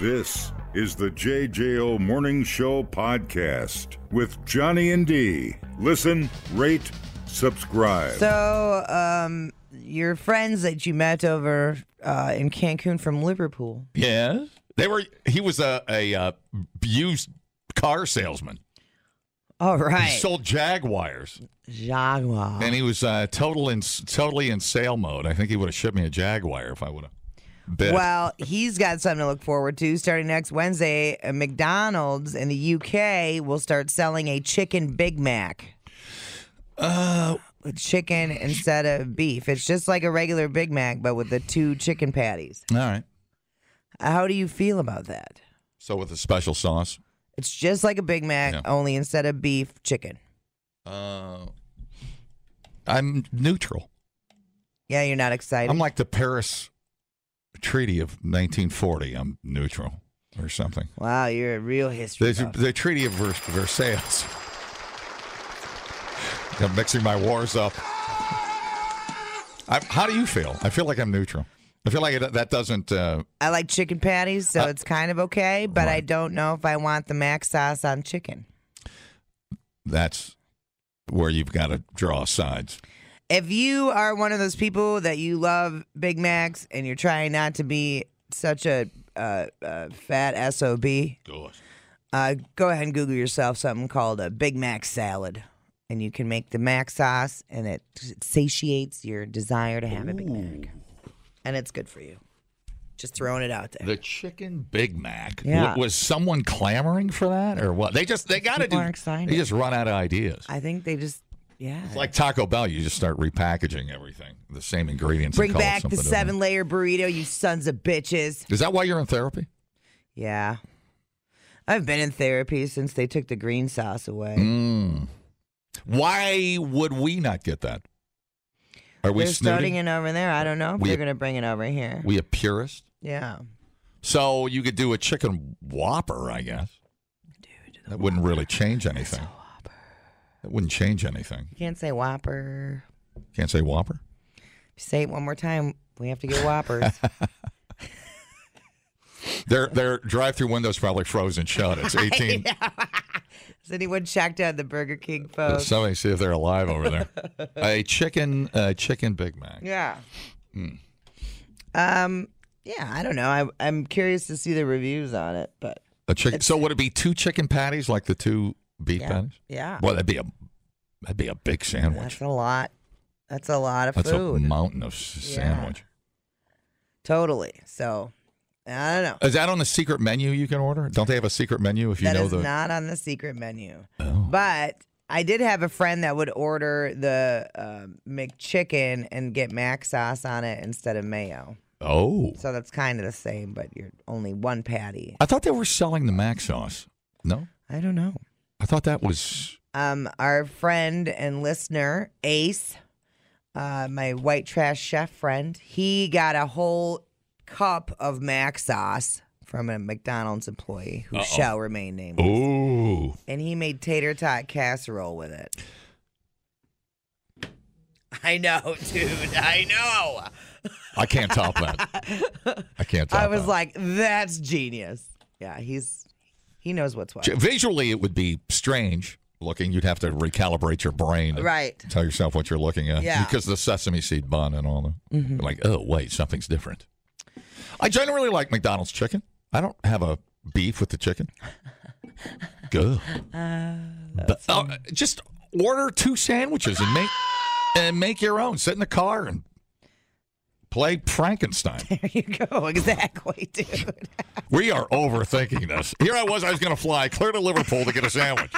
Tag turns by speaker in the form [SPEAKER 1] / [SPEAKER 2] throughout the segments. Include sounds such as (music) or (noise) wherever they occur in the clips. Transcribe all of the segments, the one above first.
[SPEAKER 1] This is the JJO Morning Show podcast with Johnny and D. Listen, rate, subscribe.
[SPEAKER 2] So, um, your friends that you met over uh, in Cancun from Liverpool.
[SPEAKER 3] Yes. They were. He was a a uh, used car salesman.
[SPEAKER 2] All
[SPEAKER 3] He
[SPEAKER 2] right.
[SPEAKER 3] sold Jaguars,
[SPEAKER 2] Jaguar.
[SPEAKER 3] and he was uh, total in totally in sale mode. I think he would have shipped me a Jaguar if I would have. bid.
[SPEAKER 2] Well, he's got something to look forward to. Starting next Wednesday, uh, McDonald's in the UK will start selling a chicken Big Mac.
[SPEAKER 3] Uh,
[SPEAKER 2] With chicken instead of beef. It's just like a regular Big Mac, but with the two chicken patties.
[SPEAKER 3] all right.
[SPEAKER 2] How do you feel about that?
[SPEAKER 3] So with a special sauce.
[SPEAKER 2] It's just like a Big Mac,
[SPEAKER 3] Yeah.
[SPEAKER 2] only instead of beef, chicken.
[SPEAKER 3] Uh, I'm neutral.
[SPEAKER 2] Yeah, you're not excited.
[SPEAKER 3] I'm like the Paris Treaty of 1940. I'm neutral or something.
[SPEAKER 2] wow, you're a real history.
[SPEAKER 3] The,
[SPEAKER 2] buff.
[SPEAKER 3] the Treaty of Vers- (laughs) Versailles. I'm mixing my wars up. I, how do you feel? I feel like I'm neutral. I feel like it, that doesn't. Uh,
[SPEAKER 2] I like chicken patties, so
[SPEAKER 3] Uh,
[SPEAKER 2] it's kind of okay, but I
[SPEAKER 3] right.
[SPEAKER 2] don't know if I want the mac sauce on chicken.
[SPEAKER 3] that's where you've got to draw sides.
[SPEAKER 2] If you are one of those people that you love Big Macs and you're trying not to be such a uh, uh, fat SOB, uh, go ahead and Google yourself something called a Big Mac salad. And you can make the mac sauce, and it satiates your desire to have a Big Mac. And it's good for you. Just throwing it out there.
[SPEAKER 3] The chicken Big Mac. W-
[SPEAKER 2] Yeah.
[SPEAKER 3] was someone clamoring for that or what? They just they got to
[SPEAKER 2] People
[SPEAKER 3] do.
[SPEAKER 2] are excited.
[SPEAKER 3] They just run out of ideas.
[SPEAKER 2] I think they just, yeah.
[SPEAKER 3] It's like Taco Bell. You just start repackaging everything, the same ingredients. and
[SPEAKER 2] Bring
[SPEAKER 3] call it
[SPEAKER 2] back the
[SPEAKER 3] something different.
[SPEAKER 2] seven layer burrito, you sons of bitches.
[SPEAKER 3] Is that why you're in therapy?
[SPEAKER 2] Yeah. I've been in therapy since they took the green sauce away.
[SPEAKER 3] Mm, Why would we not get that? Are we
[SPEAKER 2] They're starting it
[SPEAKER 3] snooting?
[SPEAKER 2] over there. I don't know if
[SPEAKER 3] We-
[SPEAKER 2] they're going to bring it over here.
[SPEAKER 3] we a purist?
[SPEAKER 2] yeah.
[SPEAKER 3] So you could do a chicken whopper, I guess. Dude, that wouldn't really change anything. That wouldn't change anything.
[SPEAKER 2] You can't say Whopper.
[SPEAKER 3] Can't say whopper.
[SPEAKER 2] If you say it one more time, we have to get
[SPEAKER 3] (laughs)
[SPEAKER 2] Whoppers.
[SPEAKER 3] Their their drive-through window's probably frozen
[SPEAKER 2] (laughs)
[SPEAKER 3] shut. It's 18.
[SPEAKER 2] Has anyone checked out the Burger King folks?
[SPEAKER 3] Somebody see if they're alive over there. a chicken uh, chicken Big Mac.
[SPEAKER 2] Yeah.
[SPEAKER 3] Hmm.
[SPEAKER 2] Um. Yeah, I don't know. I, I'm curious to see the reviews on it, but
[SPEAKER 3] A chicken. So would it be two chicken patties like the two beef
[SPEAKER 2] yeah,
[SPEAKER 3] patties?
[SPEAKER 2] yeah,
[SPEAKER 3] Well, that'd be a that'd be a big sandwich.
[SPEAKER 2] that's a lot. That's a lot of
[SPEAKER 3] That's a
[SPEAKER 2] food.
[SPEAKER 3] mountain of s-
[SPEAKER 2] Yeah.
[SPEAKER 3] sandwich.
[SPEAKER 2] Totally. So I don't know.
[SPEAKER 3] Is that on the secret menu you can order? Don't they have a secret menu if you
[SPEAKER 2] That
[SPEAKER 3] know
[SPEAKER 2] is
[SPEAKER 3] the?
[SPEAKER 2] not on the secret menu.
[SPEAKER 3] Oh.
[SPEAKER 2] But I did have a friend that would order the um McChicken and get mac sauce on it instead of mayo.
[SPEAKER 3] oh,
[SPEAKER 2] So that's kind of the same, but you're only one patty.
[SPEAKER 3] I thought they were selling the mac sauce. No,
[SPEAKER 2] I don't know.
[SPEAKER 3] I thought that was
[SPEAKER 2] Um, our friend and listener Ace, uh, my white trash chef friend, he got a whole cup of mac sauce from a McDonald's employee who shall remain nameless.
[SPEAKER 3] oh
[SPEAKER 2] and he made tater tot casserole with it. I know, dude. I know.
[SPEAKER 3] I can't top that. I can't top.
[SPEAKER 2] (laughs) I was
[SPEAKER 3] that.
[SPEAKER 2] like, that's genius. Yeah, he's he knows what's what.
[SPEAKER 3] J- (laughs) visually it would be strange looking. You'd have to recalibrate your brain. to
[SPEAKER 2] Right. (laughs)
[SPEAKER 3] Tell yourself what you're looking at.
[SPEAKER 2] Yeah. Mm-hmm.
[SPEAKER 3] Because the sesame seed bun and all that. Like, oh wait, something's different. I generally like McDonald's chicken. I don't have a beef with
[SPEAKER 2] (laughs)
[SPEAKER 3] the chicken. Good.
[SPEAKER 2] Oh,
[SPEAKER 3] But, oh, just order two sandwiches and make and make your own. Sit in the car and play
[SPEAKER 2] (laughs)
[SPEAKER 3] Frankenstein.
[SPEAKER 2] There you go. Exactly, dude.
[SPEAKER 3] We are overthinking this. Here I was, I was going to fly clear to Liverpool to get
[SPEAKER 2] (laughs)
[SPEAKER 3] a sandwich.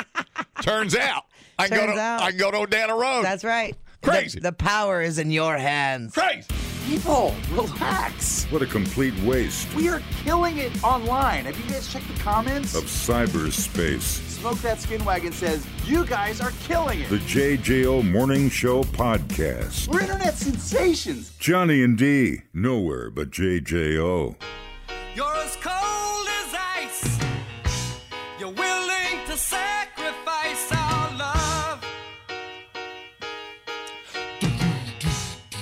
[SPEAKER 3] Turns out, I can go
[SPEAKER 2] Turns
[SPEAKER 3] to
[SPEAKER 2] out.
[SPEAKER 3] I can go to Odana Road.
[SPEAKER 2] That's right.
[SPEAKER 3] Crazy.
[SPEAKER 2] The, the power is in your hands.
[SPEAKER 3] crazy.
[SPEAKER 4] People, relax.
[SPEAKER 1] What a complete waste
[SPEAKER 4] We are killing it online. Have you guys checked the comments?
[SPEAKER 1] of cyberspace.
[SPEAKER 4] Smoke That Skin Wagon says, You guys are killing
[SPEAKER 1] The
[SPEAKER 4] it.
[SPEAKER 1] JJO Morning Show podcast.
[SPEAKER 4] We're internet sensations.
[SPEAKER 1] Johnny and D, nowhere but JJO.
[SPEAKER 5] You're as cold as ice. You're willing to sacrifice our love.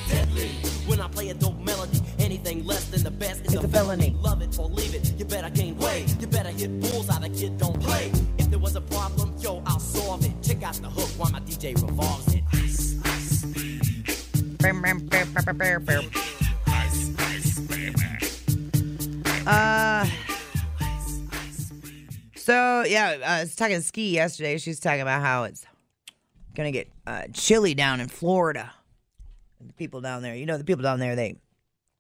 [SPEAKER 5] Deadly.
[SPEAKER 6] When I play a dope melody, anything less than the best is a felony. Love it or leave it. You better gain weight. You better hit bulls out of kid. Don't play. If there was a problem, yo, I'll solve it. Check out the hook while my DJ revolves it. Ice, ice,
[SPEAKER 2] Uh, so yeah, uh, I was talking to Ski yesterday. She's talking about how it's gonna get uh, chilly down in Florida. The people down there, you know, the people down there, they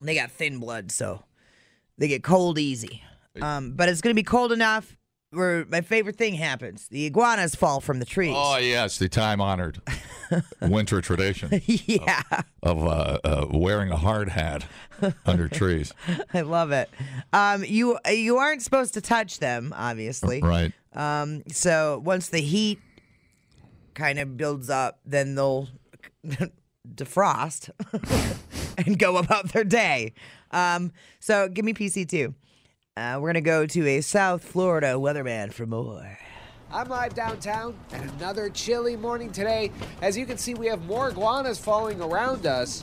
[SPEAKER 2] they got thin blood, so they get cold easy. Um, but it's gonna be cold enough where my favorite thing happens: the iguanas fall from the trees. (laughs)
[SPEAKER 3] Oh yes, the time honored
[SPEAKER 4] (laughs)
[SPEAKER 3] winter tradition
[SPEAKER 2] yeah,
[SPEAKER 3] of uh, uh, wearing a hard hat under trees.
[SPEAKER 2] (laughs) I love it. Um, you you aren't supposed to touch them, obviously.
[SPEAKER 3] Right.
[SPEAKER 2] Um, so once the heat kind of builds up, then they'll (laughs) defrost (laughs) and go about their day. Um, so give me PC2. Uh, we're going to go to a South Florida weatherman for more.
[SPEAKER 7] I'm live downtown, and another chilly morning today. As you can see, we have more iguanas falling around us.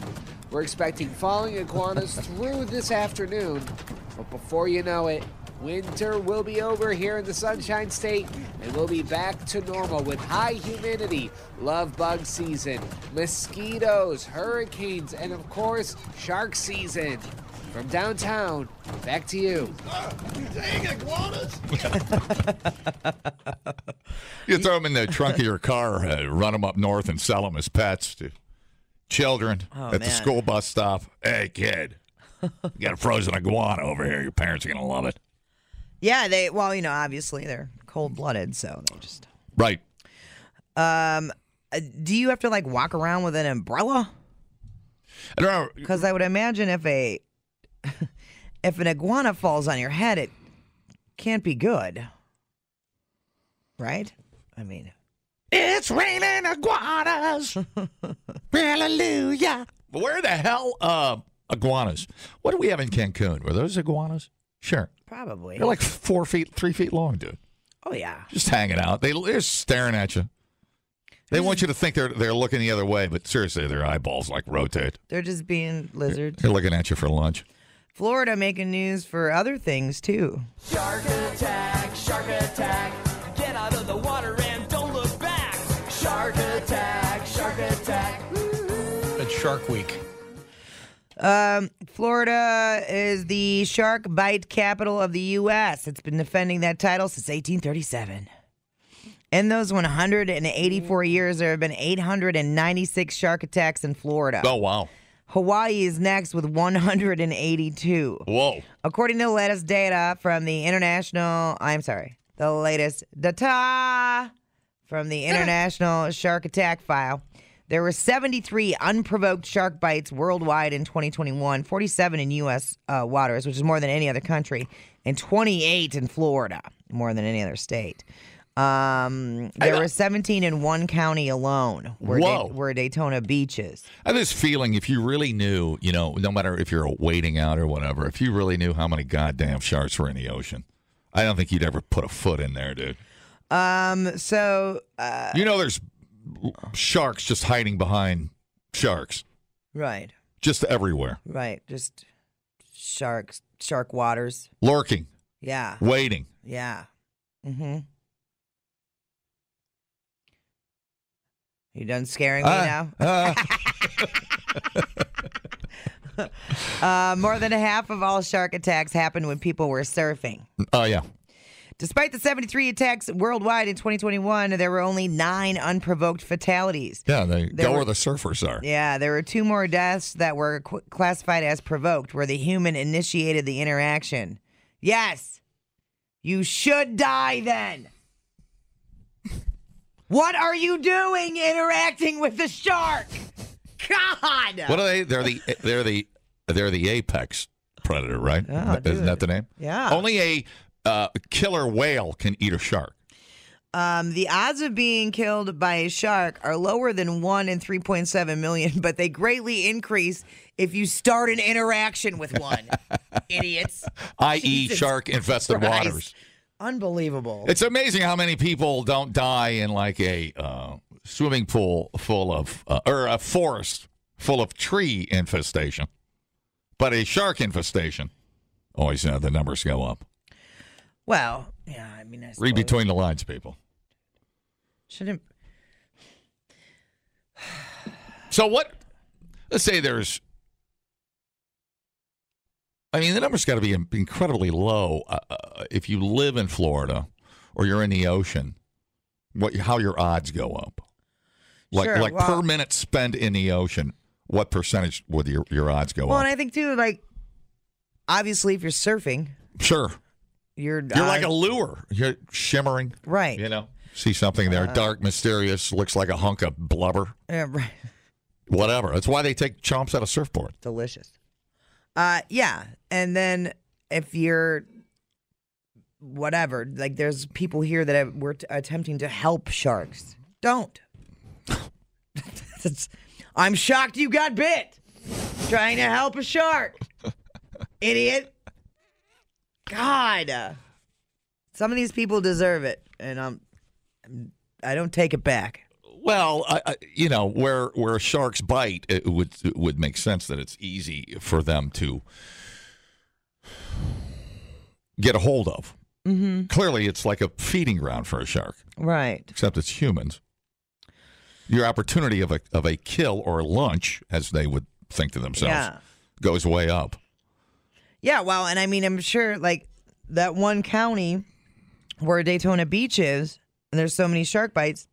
[SPEAKER 7] We're expecting falling iguanas through this afternoon, but before you know it, winter will be over here in the Sunshine State, and we'll be back to normal with high humidity, love bug season, mosquitoes, hurricanes, and of course, shark season. From downtown, back to you.
[SPEAKER 3] You throw them in the trunk of your car, uh, run them up north, and sell them as pets to children
[SPEAKER 4] Oh,
[SPEAKER 3] at the
[SPEAKER 2] man.
[SPEAKER 3] school bus stop. Hey, kid, you got a frozen iguana over here. Your parents are going to love it.
[SPEAKER 2] Yeah, they, well, you know, obviously they're cold blooded, so they just.
[SPEAKER 3] Right.
[SPEAKER 2] Uh, do you have to like walk around with an umbrella?
[SPEAKER 3] I don't know.
[SPEAKER 2] Because I would imagine if a (laughs) if an iguana falls on your head, it can't be good, right? I mean,
[SPEAKER 3] It's raining (laughs) iguanas. Hallelujah. Where the hell uh, iguanas? What do we have in Cancun? Were those iguanas? Sure.
[SPEAKER 2] probably.
[SPEAKER 3] They're like four feet, three feet long, dude.
[SPEAKER 2] oh yeah,
[SPEAKER 3] Just hanging out. They, they're staring at you. They want you to think they're they're looking the other way, but seriously, their eyeballs like rotate.
[SPEAKER 2] they're just being lizards.
[SPEAKER 3] They're looking at you for lunch.
[SPEAKER 2] Florida making news for other things too.
[SPEAKER 6] Shark attack, shark attack. Get out of the water and don't look back. Shark attack, shark attack.
[SPEAKER 8] It's Shark Week.
[SPEAKER 2] Um, Florida is the shark bite capital of the U.S. It's been defending that title since 1837. In those 184 years, there have been 896 shark attacks in Florida.
[SPEAKER 3] Oh wow!
[SPEAKER 2] Hawaii is next with 182.
[SPEAKER 3] Whoa!
[SPEAKER 2] According to the latest data from the international, I'm sorry, the latest data from the international shark attack file, there were 73 unprovoked shark bites worldwide in 2021, 47 in U.S. Uh, waters, which is more than any other country, and 28 in Florida, more than any other state. Um, there were 17 in one county alone, where,
[SPEAKER 3] Whoa.
[SPEAKER 2] where Daytona beaches.
[SPEAKER 3] I have this feeling if you really knew, you know, no matter if you're waiting out or whatever, if you really knew how many goddamn sharks were in the ocean, I don't think you'd ever put a foot in there, dude.
[SPEAKER 2] So,
[SPEAKER 3] you know, there's sharks just hiding behind sharks,
[SPEAKER 2] right.
[SPEAKER 3] just everywhere,
[SPEAKER 2] Right. Just sharks, shark waters.
[SPEAKER 3] lurking,
[SPEAKER 2] Yeah.
[SPEAKER 3] waiting.
[SPEAKER 2] Yeah. Mm-hmm. You done scaring me now?
[SPEAKER 3] Uh,
[SPEAKER 2] (laughs) Uh, more than half of all shark attacks happened when people were surfing.
[SPEAKER 3] oh yeah.
[SPEAKER 2] Despite the 73 attacks worldwide in 2021, there were only nine unprovoked fatalities.
[SPEAKER 3] Yeah, they
[SPEAKER 2] There
[SPEAKER 3] go
[SPEAKER 2] were-
[SPEAKER 3] where the surfers are.
[SPEAKER 2] Yeah, there were two more deaths that were qu- classified as provoked, where the human initiated the interaction. Yes, you should die then. What are you doing interacting with the shark? God.
[SPEAKER 3] What are they? They're the they're the they're the apex predator, right?
[SPEAKER 2] Oh,
[SPEAKER 3] Isn't
[SPEAKER 2] dude.
[SPEAKER 3] that the name?
[SPEAKER 2] Yeah.
[SPEAKER 3] Only a uh, killer whale can eat a shark.
[SPEAKER 2] Um, the odds of being killed by a shark are lower than one in 3.7 million, but they greatly increase if you start an interaction with
[SPEAKER 3] (laughs)
[SPEAKER 2] one. Idiots.
[SPEAKER 3] i.e.,
[SPEAKER 2] Jesus
[SPEAKER 3] shark infested
[SPEAKER 2] Christ.
[SPEAKER 3] e waters.
[SPEAKER 2] Unbelievable.
[SPEAKER 3] It's amazing how many people don't die in like a uh, swimming pool full of, uh, or a forest full of tree infestation, but a shark infestation. Always have the numbers go up.
[SPEAKER 2] Well, yeah, I mean, I
[SPEAKER 3] Read
[SPEAKER 2] suppose-
[SPEAKER 3] between the lines, people.
[SPEAKER 2] Shouldn't
[SPEAKER 3] So what? Let's say there's. I mean, the number's got to be in- incredibly low uh, uh, if you live in Florida or you're in the ocean. What? How your odds go up? Like
[SPEAKER 2] Sure,
[SPEAKER 3] like
[SPEAKER 2] well-
[SPEAKER 3] per minute spent in the ocean, what percentage would your your odds go
[SPEAKER 2] Well,
[SPEAKER 3] up?
[SPEAKER 2] and I think too, like obviously, if you're surfing,
[SPEAKER 3] sure,
[SPEAKER 2] you're
[SPEAKER 3] you're
[SPEAKER 2] uh,
[SPEAKER 3] like a lure. You're shimmering.
[SPEAKER 2] right, Uh,
[SPEAKER 3] You know, see something there, dark, mysterious, looks like a hunk of blubber.
[SPEAKER 2] (laughs) yeah, right,
[SPEAKER 3] Whatever. That's why they take chomps out of surfboard.
[SPEAKER 2] delicious. Uh, yeah, and then if you're whatever, like there's people here that have, were t- attempting to help sharks. Don't. (laughs) That's- I'm shocked you got bit trying to help a shark, idiot. God, uh, some of these people deserve it, and I'm, I don't take it back.
[SPEAKER 3] Well, I, I, you know, where where sharks bite, it would it would make sense that it's easy for them to get a hold of. Mm-hmm. Clearly, it's like a feeding ground for a shark,
[SPEAKER 2] Right.
[SPEAKER 3] except it's humans. Your opportunity of a of a kill or a lunch, as they would think to themselves,
[SPEAKER 2] Yeah.
[SPEAKER 3] goes way up.
[SPEAKER 2] Yeah, well, and I mean, I'm sure like that one county where Daytona Beach is, and there's so many shark bites.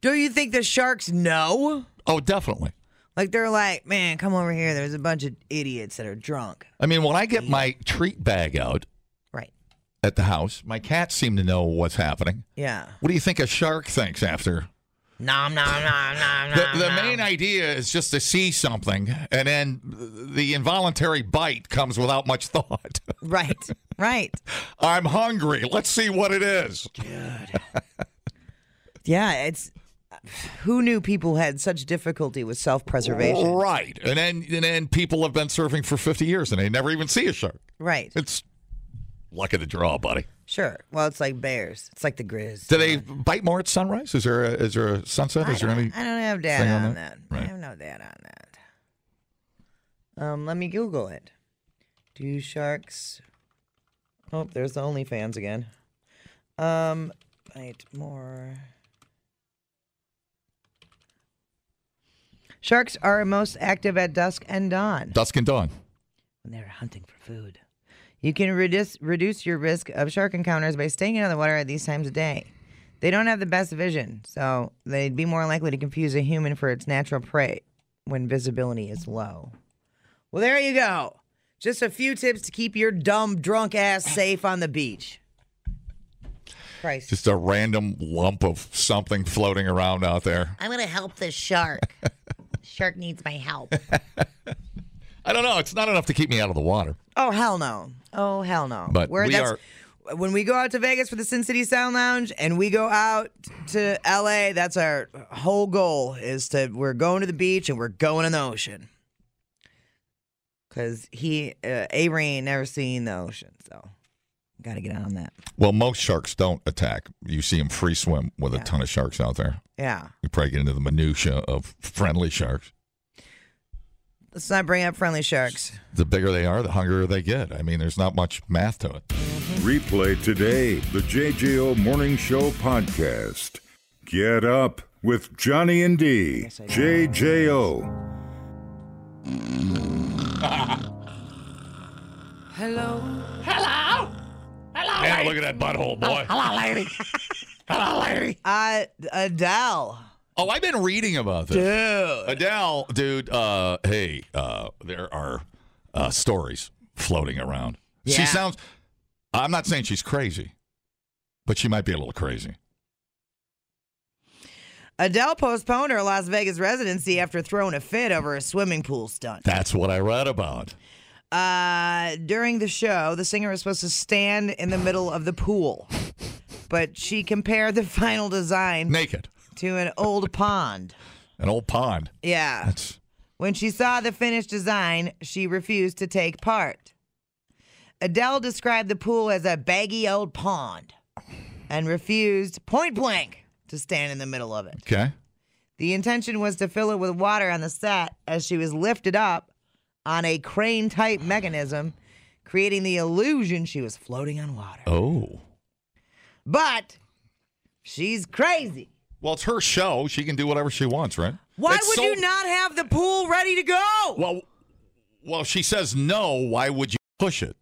[SPEAKER 2] Do you think the sharks know?
[SPEAKER 3] Oh, definitely.
[SPEAKER 2] Like they're like, man, come over here. There's a bunch of idiots that are drunk.
[SPEAKER 3] I mean, when I get my treat bag out
[SPEAKER 2] Right.
[SPEAKER 3] at the house, my cats seem to know what's happening.
[SPEAKER 2] Yeah.
[SPEAKER 3] What do you think a shark thinks after
[SPEAKER 2] Nom nom nom nom
[SPEAKER 3] The,
[SPEAKER 2] nom.
[SPEAKER 3] the
[SPEAKER 2] nom.
[SPEAKER 3] main idea is just to see something, and then the involuntary bite comes without much thought. (laughs)
[SPEAKER 2] Right. Right.
[SPEAKER 3] I'm hungry. Let's see what it is.
[SPEAKER 2] Yeah. It's who knew people had such difficulty with self-preservation.
[SPEAKER 3] Right, and then and then people have been surfing for 50 years and they never even see a shark.
[SPEAKER 2] Right.
[SPEAKER 3] It's luck of the draw, buddy.
[SPEAKER 2] Sure. Well, it's like bears. It's like the grizz.
[SPEAKER 3] Do they bite more at sunrise? Is there a, is there a sunset? Is there any?
[SPEAKER 2] I don't have data
[SPEAKER 3] thing
[SPEAKER 2] on,
[SPEAKER 3] on
[SPEAKER 2] that.
[SPEAKER 3] that?
[SPEAKER 2] I
[SPEAKER 3] Right.
[SPEAKER 2] have no data on that. Um, let me Google it. Do sharks? Oh, there's the OnlyFans again. Um, wait, more. Sharks are most active at dusk and dawn
[SPEAKER 3] Dusk and dawn.
[SPEAKER 2] when they're hunting for food. You can reduce reduce your risk of shark encounters by staying out of the water at these times of day. They don't have the best vision, so they'd be more likely to confuse a human for its natural prey when visibility is low. Well, there you go. Just a few tips to keep your dumb drunk ass safe on the beach. Christ.
[SPEAKER 3] Just a random lump of something floating around out there.
[SPEAKER 9] I'm gonna help this shark. shark needs my help.
[SPEAKER 3] I don't know. It's not enough to keep me out of the water.
[SPEAKER 2] Oh hell no! Oh hell no!
[SPEAKER 3] But
[SPEAKER 2] Where
[SPEAKER 3] we
[SPEAKER 2] that's- when we go out to Vegas for the Sin City Sound Lounge, and we go out to L.A. That's our whole goal: is to we're going to the beach and we're going in the ocean. Cause he, uh, Avery, ain't never seen the ocean, so got to get on that.
[SPEAKER 3] Well, most sharks don't attack. You see them free swim with a ton of sharks out there.
[SPEAKER 2] Yeah,
[SPEAKER 3] You probably get into the minutia of friendly sharks.
[SPEAKER 2] let's not bring up friendly sharks.
[SPEAKER 3] The bigger they are, the hungrier they get. I mean, there's not much math to it.
[SPEAKER 1] Replay today the JJO Morning Show podcast. Get up with Johnny and D. JJO.
[SPEAKER 3] Man, look at that butthole, boy. hello, lady. hello, lady.
[SPEAKER 2] Uh, Adele,
[SPEAKER 3] Oh, I've been reading about this.
[SPEAKER 2] dude,
[SPEAKER 3] Adele, dude. Uh, hey, uh, there are uh, stories floating around.
[SPEAKER 2] Yeah.
[SPEAKER 3] She sounds. I'm not saying she's crazy, but she might be a little crazy.
[SPEAKER 2] Adele postponed her Las Vegas residency after throwing a fit over a swimming pool stunt.
[SPEAKER 3] That's what I read about.
[SPEAKER 2] Uh, during the show, the singer was supposed to stand in the middle of the pool, but she compared the (laughs) final design
[SPEAKER 3] Naked,
[SPEAKER 2] to an old pond.
[SPEAKER 3] an old pond.
[SPEAKER 2] Yeah.
[SPEAKER 3] That's
[SPEAKER 2] When she saw the finished design, she refused to take part. Adele described the pool as a baggy old pond and refused point blank to stand in the middle of it.
[SPEAKER 3] okay.
[SPEAKER 2] The intention was to fill it with water on the set as she was lifted up on a crane type mechanism, creating the illusion she was floating on water.
[SPEAKER 3] Oh.
[SPEAKER 2] But she's crazy.
[SPEAKER 3] Well, it's her show. She can do whatever she wants, right?
[SPEAKER 2] Why
[SPEAKER 3] That's
[SPEAKER 2] would
[SPEAKER 3] so-
[SPEAKER 2] you not have the pool ready to go?
[SPEAKER 3] Well, well, if she says no. Why would you push it?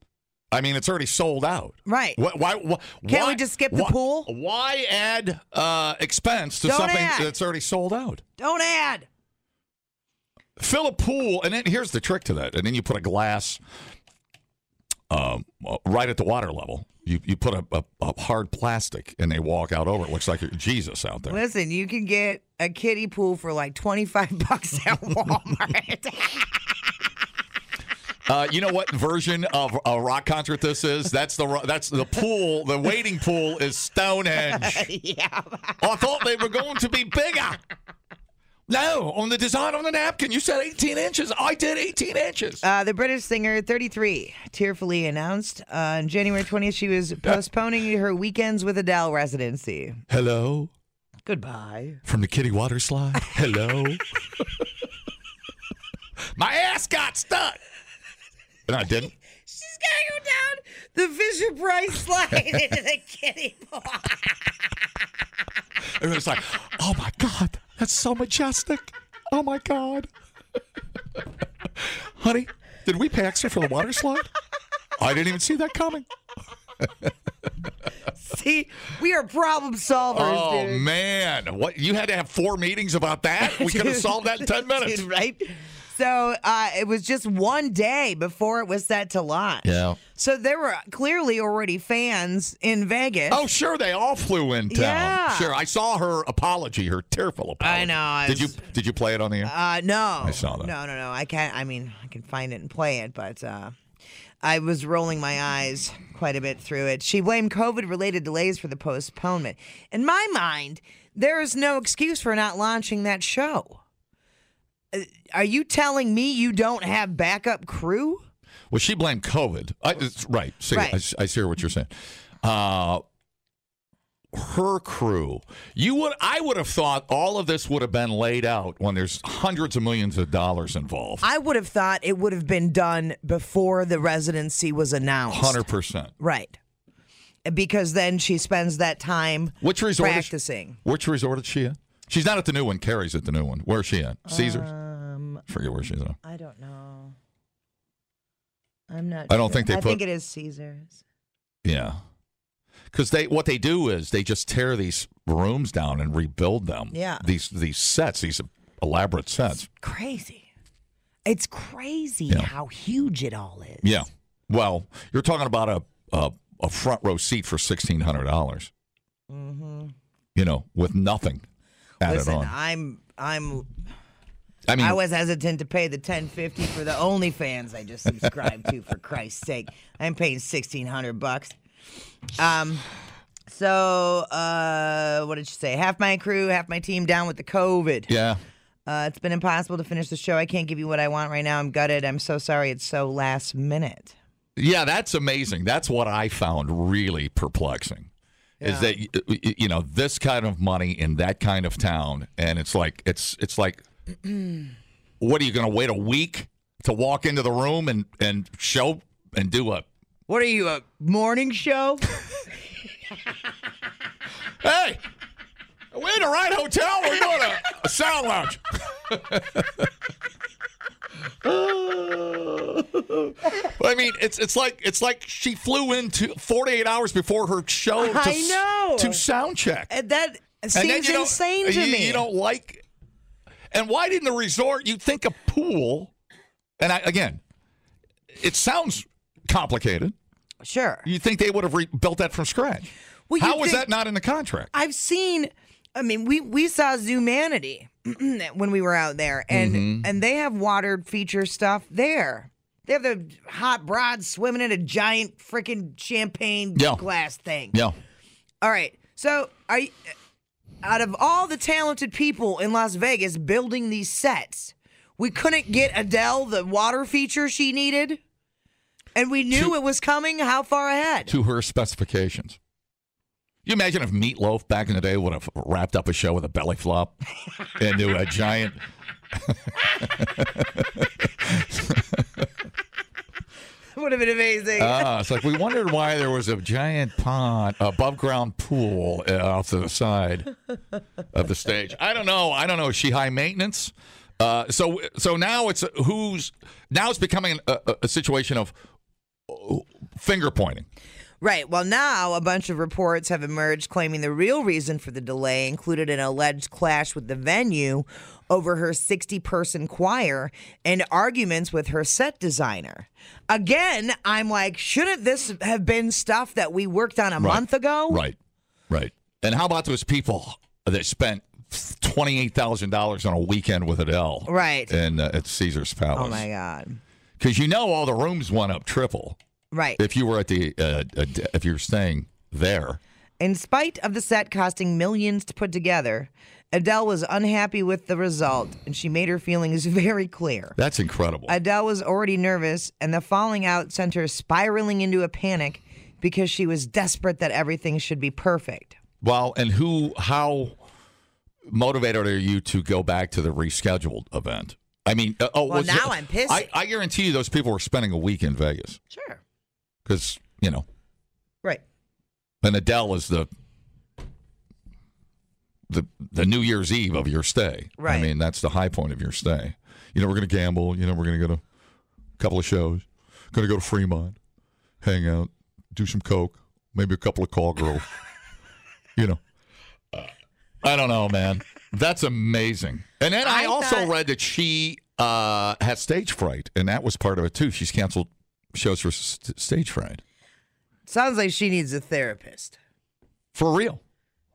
[SPEAKER 3] I mean, it's already sold out.
[SPEAKER 2] Right.
[SPEAKER 3] Why? why, why
[SPEAKER 2] Can't we
[SPEAKER 3] why-
[SPEAKER 2] just skip the
[SPEAKER 3] why-
[SPEAKER 2] pool?
[SPEAKER 3] Why add uh, expense to
[SPEAKER 2] Don't
[SPEAKER 3] something
[SPEAKER 2] add.
[SPEAKER 3] that's already sold out?
[SPEAKER 2] Don't add.
[SPEAKER 3] Fill a pool, and then here's the trick to that. And then you put a glass um, uh, right at the water level. You you put a, a, a hard plastic, and they walk out over. It looks like Jesus out there.
[SPEAKER 2] Listen, you can get a kiddie pool for like 25 (laughs) bucks at Walmart. (laughs)
[SPEAKER 3] Uh, you know what version of a rock concert this is? That's the ro- that's the pool. The waiting pool is Stonehenge.
[SPEAKER 2] yeah.
[SPEAKER 3] I thought they were going to be bigger. No, on the design on the napkin, you said 18 inches. I did 18 inches.
[SPEAKER 2] Uh, the British singer, 33, tearfully announced uh, on January 20th she was postponing her weekends with Adele residency.
[SPEAKER 3] Hello
[SPEAKER 2] Goodbye.
[SPEAKER 3] from the kitty water slide. Hello. My ass got stuck. No, I didn't.
[SPEAKER 2] She's got to go down the Fisher Price slide (laughs) into the kiddie pool.
[SPEAKER 3] And it was like, oh my God, that's so majestic. Oh my God. (laughs) Honey, did we pay extra for the water slide? I didn't even see that coming.
[SPEAKER 2] See, we are problem solvers,
[SPEAKER 3] Oh
[SPEAKER 2] dude.
[SPEAKER 3] man, what you had to have four meetings about that? We could have
[SPEAKER 2] Dude.
[SPEAKER 3] solved that in ten minutes.
[SPEAKER 2] (laughs) Dude, right? So uh, it was just one day before it was set to launch.
[SPEAKER 3] Yeah.
[SPEAKER 2] So there were clearly already fans in Vegas.
[SPEAKER 3] Oh sure, they all flew in town.
[SPEAKER 2] Yeah.
[SPEAKER 3] Sure, I saw her apology, her tearful apology.
[SPEAKER 2] I know, I
[SPEAKER 3] did you
[SPEAKER 2] was-
[SPEAKER 3] did you play it on the air?
[SPEAKER 2] Uh, no.
[SPEAKER 3] I saw that.
[SPEAKER 2] No, no, no. I can't. I mean, I can find it and play it, but uh, I was rolling my eyes quite a bit through it. She blamed COVID related delays for the postponement. In my mind, there is no excuse for not launching that show. Uh, Are you telling me you don't have backup crew?
[SPEAKER 3] Well, she blamed COVID. I, it's, right. See,
[SPEAKER 2] Right.
[SPEAKER 3] I s- I, hear what you're saying. Uh, her crew. You would. I would have thought all of this would have been laid out when there's hundreds of millions of dollars involved.
[SPEAKER 2] I would have thought it would have been done before the residency was announced.
[SPEAKER 3] Hundred percent.
[SPEAKER 2] Right. Because then she spends that time
[SPEAKER 3] Which resort? is-
[SPEAKER 2] practicing.
[SPEAKER 3] which resort is she at? She's not at the new one. Carrie's at the new one. Where is she at? Caesars.
[SPEAKER 2] Um,
[SPEAKER 3] Forget where she's at.
[SPEAKER 2] I don't know. I'm not.
[SPEAKER 3] I don't think they
[SPEAKER 2] I think
[SPEAKER 3] put-
[SPEAKER 2] it is Caesars.
[SPEAKER 3] Yeah. Because they what they do is they just tear these rooms down and rebuild them.
[SPEAKER 2] Yeah.
[SPEAKER 3] These these sets, these elaborate sets.
[SPEAKER 2] Crazy. It's crazy
[SPEAKER 3] Yeah.
[SPEAKER 2] how huge it all is.
[SPEAKER 3] Yeah. Well, you're talking about a a, a front row seat for sixteen hundred dollars. You know, with nothing
[SPEAKER 2] Mm-hmm.
[SPEAKER 3] added
[SPEAKER 2] Listen,
[SPEAKER 3] on. I,
[SPEAKER 2] I'm I'm
[SPEAKER 3] mean,
[SPEAKER 2] I was hesitant to pay the 1050 for the OnlyFans I just subscribed to. For Christ's sake, I'm paying 1600 bucks. Um, so uh, what did she say? Half my crew, half my team down with the COVID.
[SPEAKER 3] yeah.
[SPEAKER 2] Uh, it's been impossible to finish the show. I can't give you what I want right now. I'm gutted. I'm so sorry. It's so last minute.
[SPEAKER 3] Yeah, that's amazing. That's what I found really perplexing. Is that y- y- you know this kind of money in that kind of town, and it's like it's
[SPEAKER 2] (clears throat)
[SPEAKER 3] it's like, what are you going to wait a week to walk into the room and and show and do a
[SPEAKER 2] What are you a morning show?
[SPEAKER 3] hey, we're in the right hotel. We're going to a sound
[SPEAKER 2] (laughs)
[SPEAKER 3] lounge. But I mean, it's it's like it's like she flew in to 48 hours before her show. To,
[SPEAKER 2] I
[SPEAKER 3] s-
[SPEAKER 2] know.
[SPEAKER 3] to sound check.
[SPEAKER 2] (laughs) Uh, that
[SPEAKER 3] And then
[SPEAKER 2] seems
[SPEAKER 3] you don't-
[SPEAKER 2] insane to
[SPEAKER 3] you,
[SPEAKER 2] me.
[SPEAKER 3] You don't like. And why didn't the resort? You think a pool? And I, again, it sounds complicated.
[SPEAKER 2] sure.
[SPEAKER 3] You think they would have rebuilt that from scratch?
[SPEAKER 2] Well, you
[SPEAKER 3] How was
[SPEAKER 2] think-
[SPEAKER 3] that not in the contract?
[SPEAKER 2] I've seen. I mean, we we saw Zoomanity (clears throat) when we were out there, and and they have water feature stuff there. They have the hot broad swimming in a giant freaking champagne
[SPEAKER 3] Yeah.
[SPEAKER 2] glass thing.
[SPEAKER 3] yeah.
[SPEAKER 2] All right. So are you, out of all the talented people in Las Vegas building these sets, we couldn't get Adele the water feature she needed, and we knew
[SPEAKER 3] To-
[SPEAKER 2] it was coming. How far ahead? (laughs)
[SPEAKER 3] To her specifications. You imagine if Meatloaf back in the day would have wrapped up a show with a belly flop into a giant.
[SPEAKER 2] would have been amazing.
[SPEAKER 3] Ah, it's like we wondered why there was a giant pond, above ground pool uh, off to the side of the stage. I don't know. I don't know. Is she high maintenance? Uh, so so now it's who's now it's becoming a, a- a situation of uh, finger pointing.
[SPEAKER 2] Right. Well, now a bunch of reports have emerged claiming the real reason for the delay included an alleged clash with the venue over her 60 person choir and arguments with her set designer. Again, I'm like, shouldn't this have been stuff that we worked on a
[SPEAKER 3] Right.
[SPEAKER 2] month ago?
[SPEAKER 3] Right, right. And how about those people that spent twenty eight thousand dollars on a weekend with Adele?
[SPEAKER 2] Right.
[SPEAKER 3] and uh, at Caesar's Palace.
[SPEAKER 2] Oh my God.
[SPEAKER 3] Because you know all the rooms went up triple
[SPEAKER 2] Right.
[SPEAKER 3] if you were at the uh, uh, if you're staying there.
[SPEAKER 2] In spite of the set costing millions to put together, Adele was unhappy with the result and she made her feelings (laughs) very clear.
[SPEAKER 3] That's incredible.
[SPEAKER 2] Adele was already nervous, and the falling out sent her spiraling into a panic because she was desperate that everything should be perfect.
[SPEAKER 3] well, and who? How motivated are you to go back to the rescheduled event? I mean, uh, oh,
[SPEAKER 2] Well,
[SPEAKER 3] was
[SPEAKER 2] now I'm pissed.
[SPEAKER 3] I, I guarantee you, those people were spending a week in Vegas
[SPEAKER 2] Sure.
[SPEAKER 3] because you know,
[SPEAKER 2] Right.
[SPEAKER 3] and Adele is the the the New Year's Eve of your stay. I
[SPEAKER 2] Right.
[SPEAKER 3] mean, that's the high point of your stay. You know, we're gonna gamble. You know, we're gonna go to a couple of shows. Gonna go to Fremont, hang out, do some coke, maybe a couple of call girls. you know, I don't know, man. That's amazing. And then I,
[SPEAKER 9] I
[SPEAKER 3] also
[SPEAKER 9] thought-
[SPEAKER 3] read that she uh, has stage fright, and that was part of it too. She's canceled shows for st- stage fright
[SPEAKER 2] Sounds like she needs a therapist,
[SPEAKER 3] for real.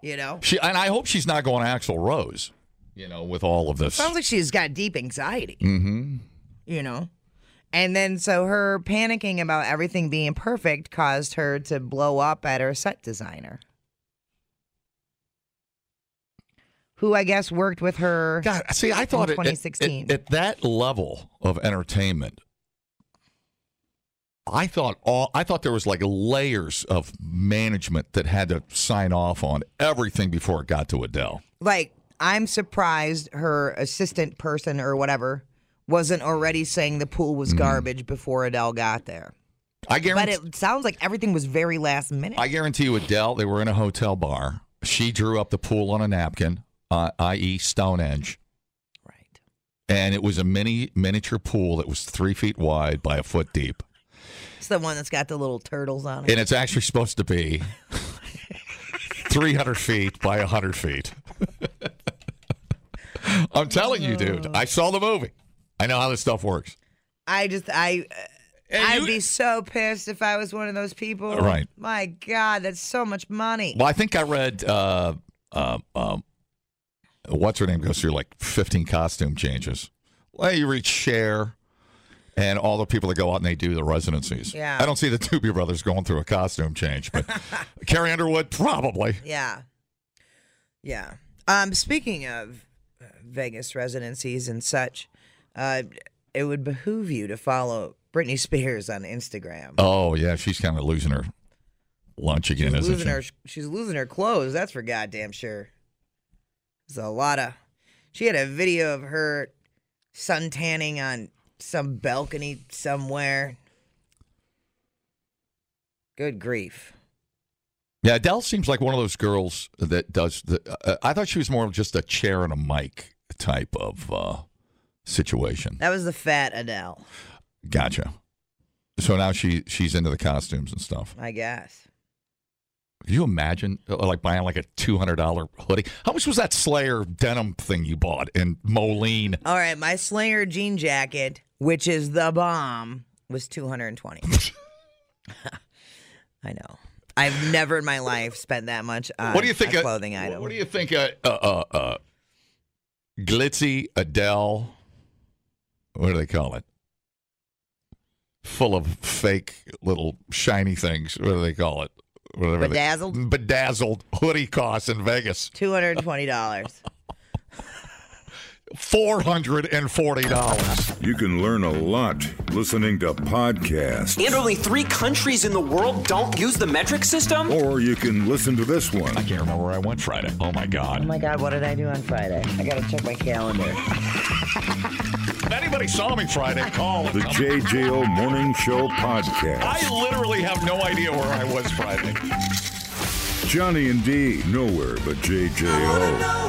[SPEAKER 2] you know?
[SPEAKER 3] She and I hope she's not going Axl Rose. You know, with all of this.
[SPEAKER 2] Sounds like she's got deep anxiety. Mm-hmm. You know? And then so her panicking about everything being perfect caused her to blow up at her set designer. Who I guess worked with her.
[SPEAKER 3] God, see, I thought it, at- at-
[SPEAKER 2] 2016.
[SPEAKER 3] At, that level of entertainment, I thought all I thought there was like layers of management that had to sign off on everything before it got to Adele.
[SPEAKER 2] like I'm surprised her assistant person or whatever wasn't already saying the pool
[SPEAKER 3] Mm-hmm.
[SPEAKER 2] was garbage before Adele got there.
[SPEAKER 3] I
[SPEAKER 2] But
[SPEAKER 3] guarantee.
[SPEAKER 2] it sounds like everything was very last minute.
[SPEAKER 3] I guarantee you, Adele. They were in a hotel bar. She drew up the pool on a napkin, uh, i.e., Stonehenge,
[SPEAKER 2] right.
[SPEAKER 3] and it was a mini miniature pool that was three feet wide by a foot deep.
[SPEAKER 2] It's the one that's got the little turtles on it.
[SPEAKER 3] and it's actually supposed to be 300 feet by 100 feet. I'm telling you, dude. I saw the movie. I know how this stuff works.
[SPEAKER 2] I just I
[SPEAKER 3] And
[SPEAKER 2] I'd
[SPEAKER 3] you-
[SPEAKER 2] be so pissed if I was one of those people.
[SPEAKER 3] Right.
[SPEAKER 2] My God, that's so much money.
[SPEAKER 3] well, I think I read uh, uh, um, what's her name goes through like 15 costume changes. Well, you reach Cher and all the people that go out and they do the residencies.
[SPEAKER 2] Yeah.
[SPEAKER 3] I don't see the Doobie Brothers going through a costume change, but Carrie Underwood probably.
[SPEAKER 2] Yeah. Yeah. Um, speaking of uh, Vegas residencies and such, uh, it would behoove you to follow Britney Spears on Instagram.
[SPEAKER 3] Oh yeah, she's kind of losing her lunch again,
[SPEAKER 2] she's
[SPEAKER 3] isn't
[SPEAKER 2] losing
[SPEAKER 3] she?
[SPEAKER 2] her she's losing her clothes that's for goddamn sure there's a lot of she had a video of her sun tanning on some balcony somewhere good grief
[SPEAKER 3] Yeah, Adele seems like one of those girls that does. The, uh, I thought she was more of just a chair and a mic type of uh, situation.
[SPEAKER 2] that was the fat adele
[SPEAKER 3] Gotcha. So now she she's into the costumes and stuff.
[SPEAKER 2] i guess
[SPEAKER 3] Could you imagine uh, like buying like a two hundred dollar hoodie? How much was that Slayer denim thing you bought in Moline?
[SPEAKER 2] all right my slayer jean jacket which is the bomb was
[SPEAKER 3] (laughs)
[SPEAKER 2] 220 i know i've never in my life spent that much on
[SPEAKER 3] what do you think?
[SPEAKER 2] a
[SPEAKER 3] uh,
[SPEAKER 2] clothing
[SPEAKER 3] what-
[SPEAKER 2] item
[SPEAKER 3] What do you think? Uh, uh, uh, uh, glitzy Adele. What do they call it? Full of fake little shiny things. What do they call it? Whatever they-
[SPEAKER 2] Bedazzled?
[SPEAKER 3] bedazzled hoodie costs in Vegas
[SPEAKER 2] $220
[SPEAKER 3] four hundred and forty dollars.
[SPEAKER 1] You can learn a lot listening to podcasts,
[SPEAKER 5] And only three countries in the world don't use the metric system?
[SPEAKER 1] or you can listen to this one.
[SPEAKER 3] I can't remember where I went Friday. Oh my
[SPEAKER 2] Oh
[SPEAKER 3] god!
[SPEAKER 2] my God, what did I do on Friday? I gotta check my calendar.
[SPEAKER 3] If anybody somebody saw me Friday, call.
[SPEAKER 1] The JJO Morning Show Podcast.
[SPEAKER 3] I literally have no idea where I was Friday.
[SPEAKER 1] Johnny and D, nowhere but JJO.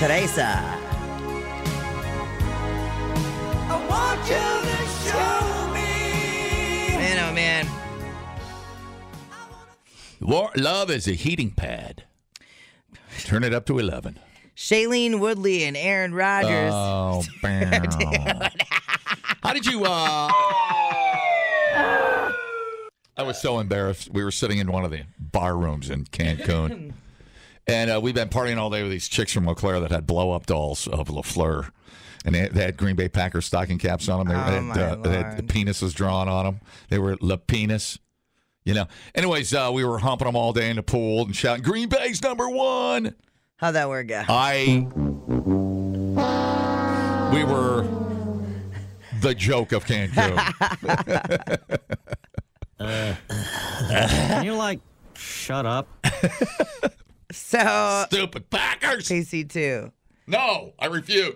[SPEAKER 2] Teresa. Man, oh man.
[SPEAKER 3] War, love is a heating pad. Turn it up to 11.
[SPEAKER 2] Shailene Woodley and Aaron Rodgers. (laughs)
[SPEAKER 3] Oh, bow. How did you, uh... I was so embarrassed. We were sitting in one of the bar rooms in Cancun. And uh, we've been partying all day with these chicks from Eau Claire that had blow up dolls of LaFleur. And they, they had Green Bay Packers stocking caps on them. They,
[SPEAKER 2] Oh,
[SPEAKER 3] had,
[SPEAKER 2] my
[SPEAKER 3] uh, they had
[SPEAKER 2] Lord.
[SPEAKER 3] penises drawn on them. They were La Penis. You know. Anyways, uh, we were humping them all day in the pool and shouting, Green Bay's number one.
[SPEAKER 2] How'd that work out?
[SPEAKER 3] I. We were the joke
[SPEAKER 2] (laughs)
[SPEAKER 3] of Cancun.
[SPEAKER 10] Can you like shut up?
[SPEAKER 2] So,
[SPEAKER 3] Stupid Packers.
[SPEAKER 2] KC2.
[SPEAKER 3] No, I refuse.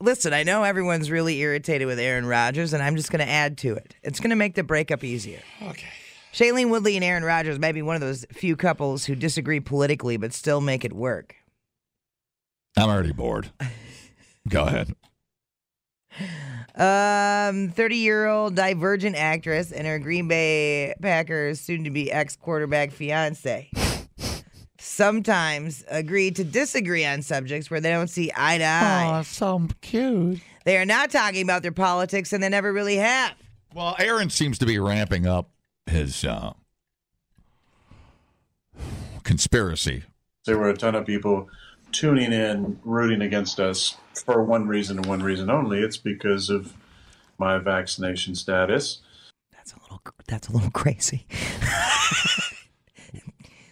[SPEAKER 2] Listen, I know everyone's really irritated with Aaron Rodgers, and I'm just going to add to it. It's going to make the breakup easier.
[SPEAKER 3] Okay.
[SPEAKER 2] Shailene Woodley and Aaron Rodgers may be one of those few couples who disagree politically but still make it work.
[SPEAKER 3] I'm already bored. Go ahead.
[SPEAKER 2] Um, 30 year old divergent actress and her Green Bay Packers soon to be ex quarterback fiance sometimes agree to disagree on subjects where they don't see eye to eye.
[SPEAKER 3] so cute.
[SPEAKER 2] They are not talking about their politics and they never really have.
[SPEAKER 3] Well, Aaron seems to be ramping up his uh, conspiracy.
[SPEAKER 11] There were a ton of people tuning in, rooting against us for one reason and one reason only. It's because of my vaccination status.
[SPEAKER 2] That's a little that's a little (laughs) crazy.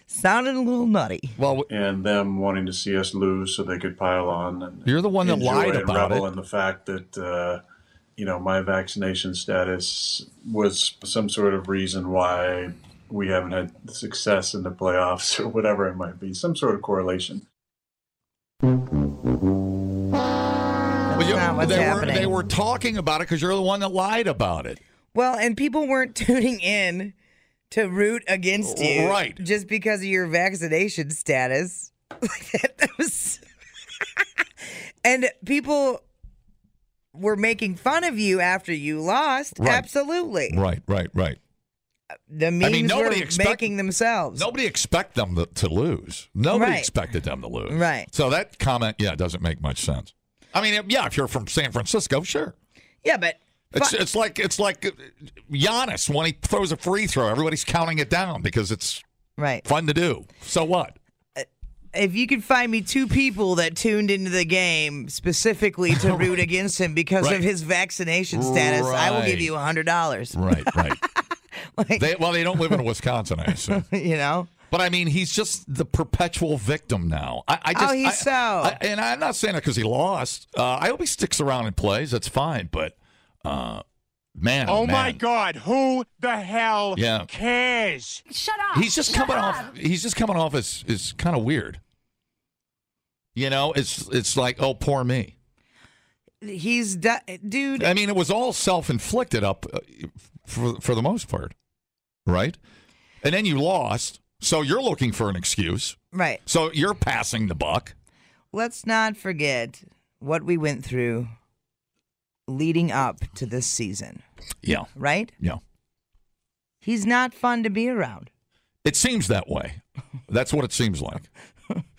[SPEAKER 2] Sounded a little nutty.
[SPEAKER 3] Well,
[SPEAKER 11] and them wanting to see us lose so they could pile on. And
[SPEAKER 3] You're the one that
[SPEAKER 11] enjoy
[SPEAKER 3] lied
[SPEAKER 11] and
[SPEAKER 3] about
[SPEAKER 11] revel
[SPEAKER 3] it.
[SPEAKER 11] in the fact that uh, you know my vaccination status was some sort of reason why we haven't had success in the playoffs (laughs) or whatever it might be, some sort of correlation.
[SPEAKER 3] but you-
[SPEAKER 2] not what's
[SPEAKER 3] they, were,
[SPEAKER 2] happening.
[SPEAKER 3] they were talking about it because you're the one that lied about it.
[SPEAKER 2] Well, and people weren't (laughs) tuning in to root against you.
[SPEAKER 3] Right.
[SPEAKER 2] Just because of your vaccination status. (laughs) Like that, that was (laughs) and people were making fun of you after you lost.
[SPEAKER 3] Right.
[SPEAKER 2] Absolutely.
[SPEAKER 3] Right, right, right.
[SPEAKER 2] The memes
[SPEAKER 3] mean, nobody
[SPEAKER 2] were
[SPEAKER 3] expect-
[SPEAKER 2] making themselves.
[SPEAKER 3] Nobody expect them to, to lose. Nobody
[SPEAKER 2] Right.
[SPEAKER 3] expected them to lose.
[SPEAKER 2] Right.
[SPEAKER 3] So that comment, yeah, doesn't make much sense. I mean, yeah, if you're from San Francisco, sure.
[SPEAKER 2] Yeah, but
[SPEAKER 3] It's, it's like it's like Giannis when he throws a free throw, everybody's counting it down because it's
[SPEAKER 2] right.
[SPEAKER 3] fun to do. So what?
[SPEAKER 2] if you could find me two people that tuned into the game specifically
[SPEAKER 3] (laughs)
[SPEAKER 2] to root against him because
[SPEAKER 3] Right.
[SPEAKER 2] of his vaccination status, I will give
[SPEAKER 3] Right.
[SPEAKER 2] you hundred dollars. (laughs)
[SPEAKER 3] Right, right. (laughs) they, well, they don't live in Wisconsin, I assume.
[SPEAKER 2] You know,
[SPEAKER 3] But I mean, he's just the perpetual victim now. I, I
[SPEAKER 2] Oh,
[SPEAKER 3] just,
[SPEAKER 2] he's
[SPEAKER 3] I-
[SPEAKER 2] so.
[SPEAKER 3] I- and I'm not saying that because he lost. Uh, I hope he sticks around and plays. That's fine. But uh, man, oh man.
[SPEAKER 8] God, who the hell
[SPEAKER 3] Yeah.
[SPEAKER 8] cares?
[SPEAKER 9] Shut up.
[SPEAKER 3] he's just coming off. He's just coming off as is kind of weird. You know, it's it's like, oh, poor me.
[SPEAKER 2] he's du- dude.
[SPEAKER 3] I mean, it was all self-inflicted up uh, for for the most part, right? And then you lost, so you're looking for an excuse.
[SPEAKER 2] Right.
[SPEAKER 3] So you're passing the buck.
[SPEAKER 2] Let's not forget what we went through leading up to this season.
[SPEAKER 3] Yeah,
[SPEAKER 2] Right.
[SPEAKER 3] yeah.
[SPEAKER 2] He's not fun to be around.
[SPEAKER 3] It seems that way. That's what it seems like.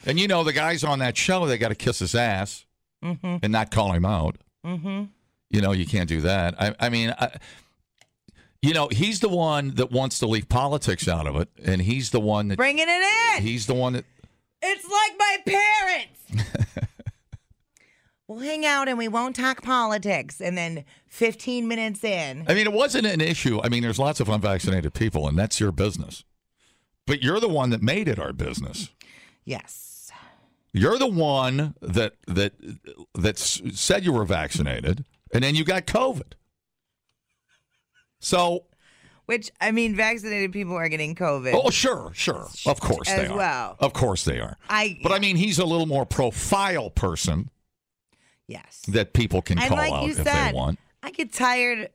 [SPEAKER 3] And you know, the guys on that show, they got to kiss his ass and not call him out. You know, you can't do that. I, I mean, I, you know, he's the one that wants to leave politics out of it, and he's the one that
[SPEAKER 2] Bringing it in.
[SPEAKER 3] he's the one that
[SPEAKER 2] It's like my parents.
[SPEAKER 3] (laughs)
[SPEAKER 2] we'll hang out and we won't talk politics. And then 15 minutes in,
[SPEAKER 3] I mean, it wasn't an issue. I mean, there's lots of unvaccinated people, and that's your business. But you're the one that made it our business.
[SPEAKER 2] yes.
[SPEAKER 3] You're the one that that that s- said you were vaccinated, and then you got COVID. So,
[SPEAKER 2] Which, I mean, vaccinated people are getting COVID.
[SPEAKER 3] oh, sure, sure, of course they
[SPEAKER 2] As
[SPEAKER 3] are.
[SPEAKER 2] well.
[SPEAKER 3] Of course they are.
[SPEAKER 2] I-
[SPEAKER 3] but I mean, he's a little more profile person
[SPEAKER 2] Yes.
[SPEAKER 3] that people can
[SPEAKER 2] and
[SPEAKER 3] call
[SPEAKER 2] like
[SPEAKER 3] out
[SPEAKER 2] you
[SPEAKER 3] if
[SPEAKER 2] said,
[SPEAKER 3] they want.
[SPEAKER 2] I get tired.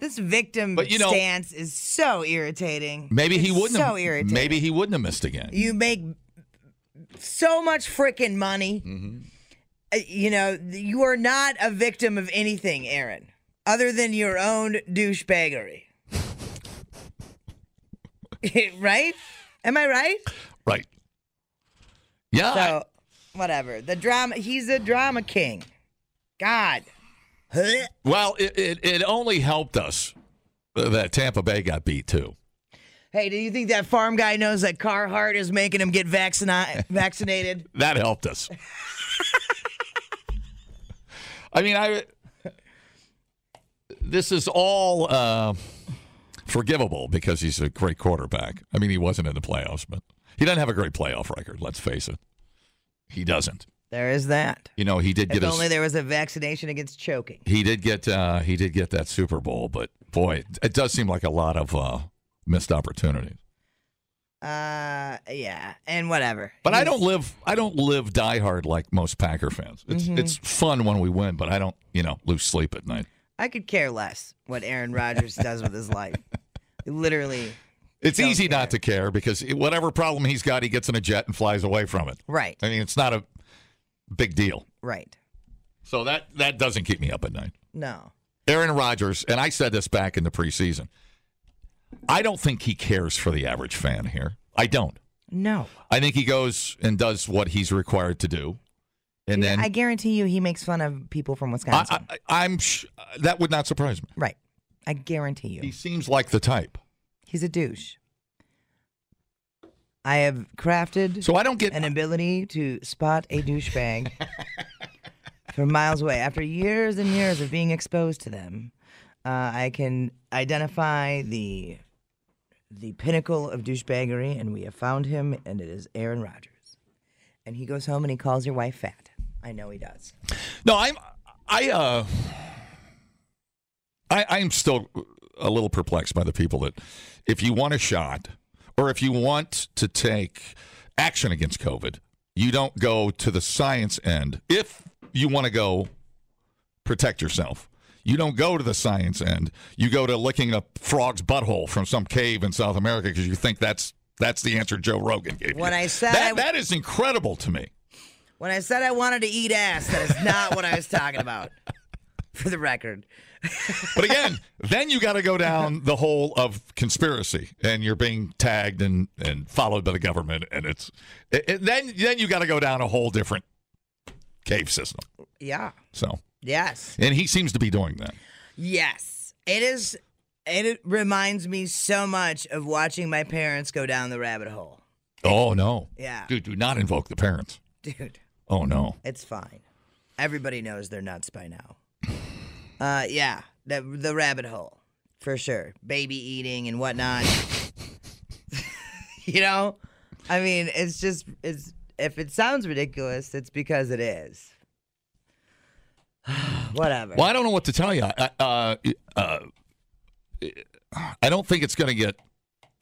[SPEAKER 2] This victim
[SPEAKER 3] But, you know-
[SPEAKER 2] stance is so irritating.
[SPEAKER 3] Maybe he
[SPEAKER 2] It's
[SPEAKER 3] wouldn't.
[SPEAKER 2] So
[SPEAKER 3] have,
[SPEAKER 2] irritating.
[SPEAKER 3] Maybe he wouldn't have missed again.
[SPEAKER 2] you make so much freaking money.
[SPEAKER 3] Mm-hmm.
[SPEAKER 2] Uh, You know, th- you are not a victim of anything, Aaron, other than your own douchebaggery.
[SPEAKER 3] (laughs)
[SPEAKER 2] (laughs) right? Am I right?
[SPEAKER 3] Right. Yeah. I-
[SPEAKER 2] So, whatever. The drama, he's a drama king. God.
[SPEAKER 3] well, it, it it only helped us that Tampa Bay got beat too.
[SPEAKER 2] Hey, do you think that farm guy knows that Carhartt is making him get
[SPEAKER 3] (laughs)
[SPEAKER 2] vaccini- vaccinated?
[SPEAKER 3] That helped us. I mean, I. This is all uh, forgivable because he's a great quarterback. I mean, he wasn't in the playoffs, but he doesn't have a great playoff record. Let's face it, he doesn't.
[SPEAKER 2] There is that.
[SPEAKER 3] You know, he did
[SPEAKER 2] If
[SPEAKER 3] get
[SPEAKER 2] only
[SPEAKER 3] a,
[SPEAKER 2] there was a vaccination against choking.
[SPEAKER 3] he did get uh, he did get that Super Bowl, but boy, it- it does seem like a lot of uh, missed opportunities.
[SPEAKER 2] Uh, yeah, and whatever.
[SPEAKER 3] But I don't live I don't live diehard like most Packer fans. It's
[SPEAKER 2] Mhm.
[SPEAKER 3] it's fun when we win, but I don't you know lose sleep at night.
[SPEAKER 2] I could care less what Aaron Rodgers does with his life. Literally,
[SPEAKER 3] It's easy not to care because whatever problem he's got, he gets in a jet and flies away from it.
[SPEAKER 2] Right.
[SPEAKER 3] I mean, it's not a big deal.
[SPEAKER 2] right?
[SPEAKER 3] So that that doesn't keep me up at night.
[SPEAKER 2] No,
[SPEAKER 3] Aaron Rodgers, and I said this back in the preseason. I don't think he cares for the average fan here. I don't.
[SPEAKER 2] no.
[SPEAKER 3] I think he goes and does what he's required to do, and then
[SPEAKER 2] I guarantee you, he makes fun of people from Wisconsin.
[SPEAKER 3] I, I, I'm sh- that would not surprise me.
[SPEAKER 2] right? I guarantee you,
[SPEAKER 3] He seems like the type.
[SPEAKER 2] he's a douche. I have crafted
[SPEAKER 3] so I don't get
[SPEAKER 2] an ability to spot a
[SPEAKER 3] (laughs)
[SPEAKER 2] douchebag from miles away. After years and years of being exposed to them, uh, I can identify the the pinnacle of douchebaggery, and we have found him, and it is Aaron Rodgers. And he goes home and he calls your wife fat. I know he does.
[SPEAKER 3] No, I'm I uh I I'm still a little perplexed by the people that if you want a shot or if you want to take action against COVID, you don't go to the science end. If you want to go protect yourself. You don't go to the science end. You go to licking a frog's butthole from some cave in South America because you think that's that's the answer Joe Rogan gave
[SPEAKER 2] When
[SPEAKER 3] you.
[SPEAKER 2] I said
[SPEAKER 3] That-
[SPEAKER 2] I-
[SPEAKER 3] that is incredible to me.
[SPEAKER 2] When I said I wanted to eat ass, that is not what I was talking
[SPEAKER 3] (laughs)
[SPEAKER 2] about. For the record,
[SPEAKER 3] But again, then you got to go down the hole of conspiracy, and you're being tagged and, and followed by the government, and it's it, it- then then you got to go down a whole different cave system.
[SPEAKER 2] yeah,
[SPEAKER 3] So,
[SPEAKER 2] yes.
[SPEAKER 3] and he seems to be doing that.
[SPEAKER 2] Yes, it is. It reminds me so much of watching my parents go down the rabbit hole,
[SPEAKER 3] Oh no,
[SPEAKER 2] Yeah.
[SPEAKER 3] dude, do not invoke the parents.
[SPEAKER 2] dude.
[SPEAKER 3] Oh no,
[SPEAKER 2] It's fine. Everybody knows they're nuts by now. Uh, yeah, the the rabbit hole for sure. Baby eating and whatnot. (laughs) you know, I mean, it's just it's if it sounds ridiculous, it's because it is. (sighs) Whatever.
[SPEAKER 3] Well, I don't know what to tell you. I, uh, uh, I don't think it's going to get.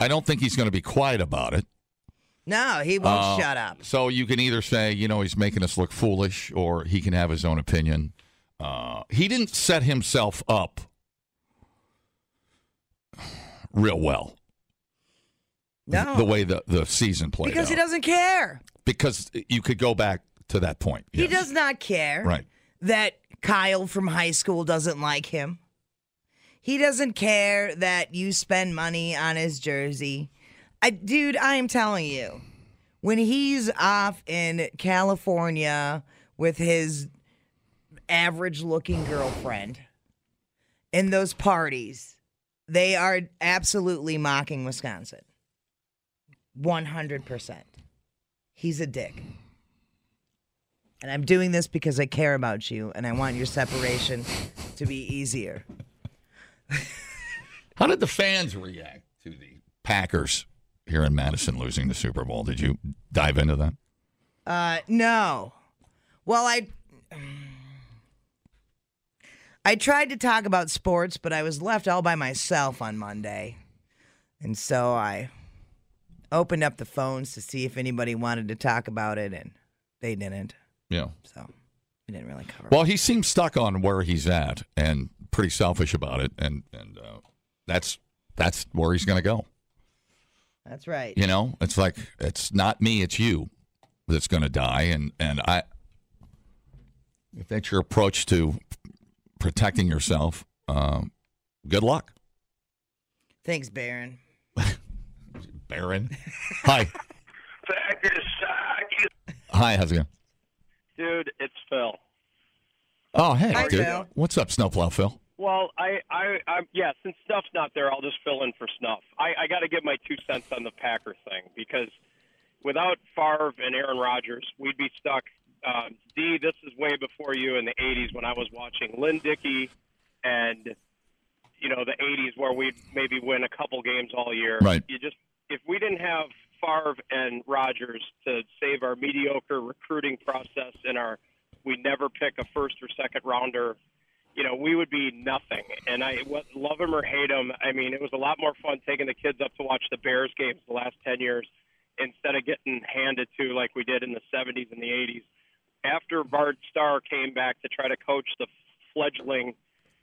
[SPEAKER 3] I don't think he's going to be quiet about it.
[SPEAKER 2] No, he won't
[SPEAKER 3] Uh,
[SPEAKER 2] shut up.
[SPEAKER 3] So you can either say, you know, he's making us look foolish, or he can have his own opinion. Uh, he didn't set himself up real well. th-
[SPEAKER 2] No.
[SPEAKER 3] the way the, the season played
[SPEAKER 2] Because he
[SPEAKER 3] out.
[SPEAKER 2] doesn't care.
[SPEAKER 3] because you could go back to that point.
[SPEAKER 2] He
[SPEAKER 3] Yes.
[SPEAKER 2] does not care.
[SPEAKER 3] Right.
[SPEAKER 2] that Kyle from high school doesn't like him. He doesn't care that you spend money on his jersey. I, dude, I am telling you, when he's off in California with his average looking girlfriend in those parties, they are absolutely mocking Wisconsin. 100%. He's a dick. And I'm doing this because I care about you and I want your separation to be easier.
[SPEAKER 3] How did the fans react to the Packers here in Madison losing the Super Bowl? Did you dive into that?
[SPEAKER 2] Uh, no. Well, I I tried to talk about sports, but I was left all by myself on Monday. And so I opened up the phones to see if anybody wanted to talk about it and they didn't.
[SPEAKER 3] Yeah.
[SPEAKER 2] So We didn't really cover.
[SPEAKER 3] Well, he seems stuck on where he's at and pretty selfish about it, and and uh, that's that's where he's going to go.
[SPEAKER 2] That's right.
[SPEAKER 3] You know, it's like it's not me, it's you that's going to die, and and I. If that's your approach to protecting yourself, um, good luck,
[SPEAKER 2] Thanks, Baron.
[SPEAKER 3] Baron. (laughs) Hi,
[SPEAKER 12] Packers suck.
[SPEAKER 3] hi, how's it going?
[SPEAKER 12] Dude, it's Phil.
[SPEAKER 3] Oh, hey,
[SPEAKER 12] Hi,
[SPEAKER 3] dude.
[SPEAKER 12] Phil.
[SPEAKER 3] What's up, Snowplow Phil?
[SPEAKER 12] Well, I, I, I, yeah, since Snuff's not there, I'll just fill in for Snuff. I, I got to give my two cents on the Packer thing because without Favre and Aaron Rodgers, we'd be stuck. Um, D, this is way before you in the '80s when I was watching Lynn Dickey and you know the '80s where we'd maybe win a couple games all year.
[SPEAKER 3] Right.
[SPEAKER 12] You just if we didn't have Favre and Rodgers to save our mediocre recruiting process and our we never pick a first or second rounder you know, we would be nothing. And I what, love him or hate him. I mean, it was a lot more fun taking the kids up to watch the Bears games the last 10 years instead of getting handed to like we did in the 70s and the 80s. After Bart Starr came back to try to coach the fledgling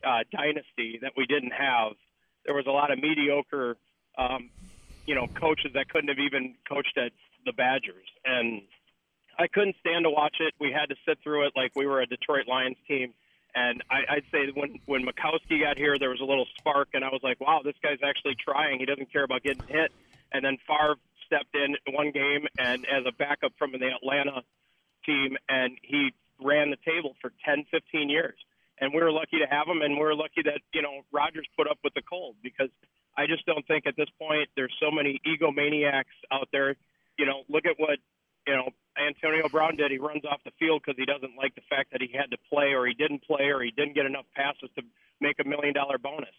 [SPEAKER 12] uh, dynasty that we didn't have, there was a lot of mediocre, um, you know, coaches that couldn't have even coached at the Badgers. And I couldn't stand to watch it. We had to sit through it like we were a Detroit Lions team. And I, I'd say when when Mikowski got here, there was a little spark, and I was like, "Wow, this guy's actually trying. He doesn't care about getting hit." And then Favre stepped in one game and as a backup from the Atlanta team, and he ran the table for 10, 15 years. And we were lucky to have him, and we were lucky that you know Rodgers put up with the cold because I just don't think at this point there's so many egomaniacs out there. You know, look at what you know, Antonio Brown did. He runs off the field because he doesn't like the fact that he had to play or he didn't play or he didn't get enough passes to make a million dollar bonus.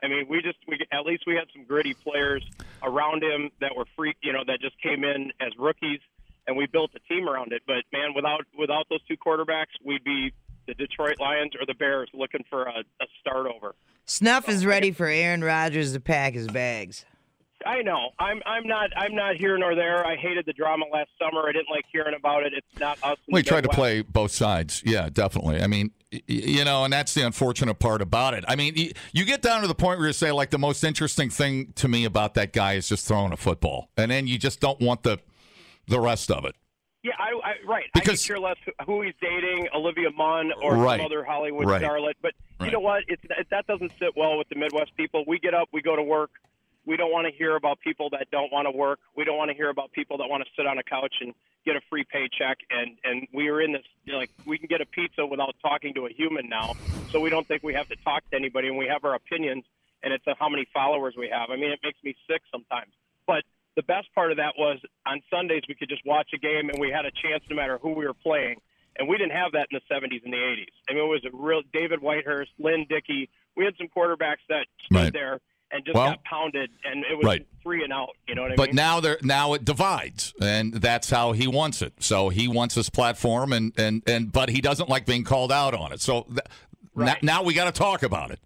[SPEAKER 12] I mean, we just we at least we had some gritty players around him that were free, you know, that just came in as rookies and we built a team around it. But man, without without those two quarterbacks, we'd be the Detroit Lions or the Bears looking for a, a start over.
[SPEAKER 2] Snuff is ready for Aaron Rodgers to pack his bags.
[SPEAKER 12] I know. I'm I'm not I'm not here nor there. I hated the drama last summer. I didn't like hearing about it. It's not us. in
[SPEAKER 3] We
[SPEAKER 12] the
[SPEAKER 3] try to
[SPEAKER 12] Midwest.
[SPEAKER 3] play both sides. Yeah, definitely. I mean, y- y- you know, and that's the unfortunate part about it. I mean, y- you get down to the point where you say, like, the most interesting thing to me about that guy is just throwing a football, and then you just don't want the the rest of it.
[SPEAKER 12] Yeah, I, I right. Because I could care less who he's dating, Olivia Munn or
[SPEAKER 3] Right.
[SPEAKER 12] some other Hollywood
[SPEAKER 3] Right.
[SPEAKER 12] starlet. But
[SPEAKER 3] Right.
[SPEAKER 12] you know what? It's, it, that doesn't sit well with the Midwest people. We get up, we go to work. We don't want to hear about people that don't want to work. We don't want to hear about people that want to sit on a couch and get a free paycheck. And and we are in this you know, like we can get a pizza without talking to a human now. So we don't think we have to talk to anybody, and we have our opinions. And it's uh, how many followers we have. I mean, it makes me sick sometimes. But the best part of that was on Sundays we could just watch a game and we had a chance no matter who we were playing. And we didn't have that in the 70s and the 80s. I mean, it was a real David Whitehurst, Lynn Dickey. We had some quarterbacks that stood
[SPEAKER 3] Right.
[SPEAKER 12] there and just
[SPEAKER 3] Well,
[SPEAKER 12] got pounded, and it was
[SPEAKER 3] right.
[SPEAKER 12] three and out. You know what I
[SPEAKER 3] But
[SPEAKER 12] mean?
[SPEAKER 3] now there now it divides, and that's how he wants it. So he wants his platform, and and and but he doesn't like being called out on it. So th- now, now we got to talk about it.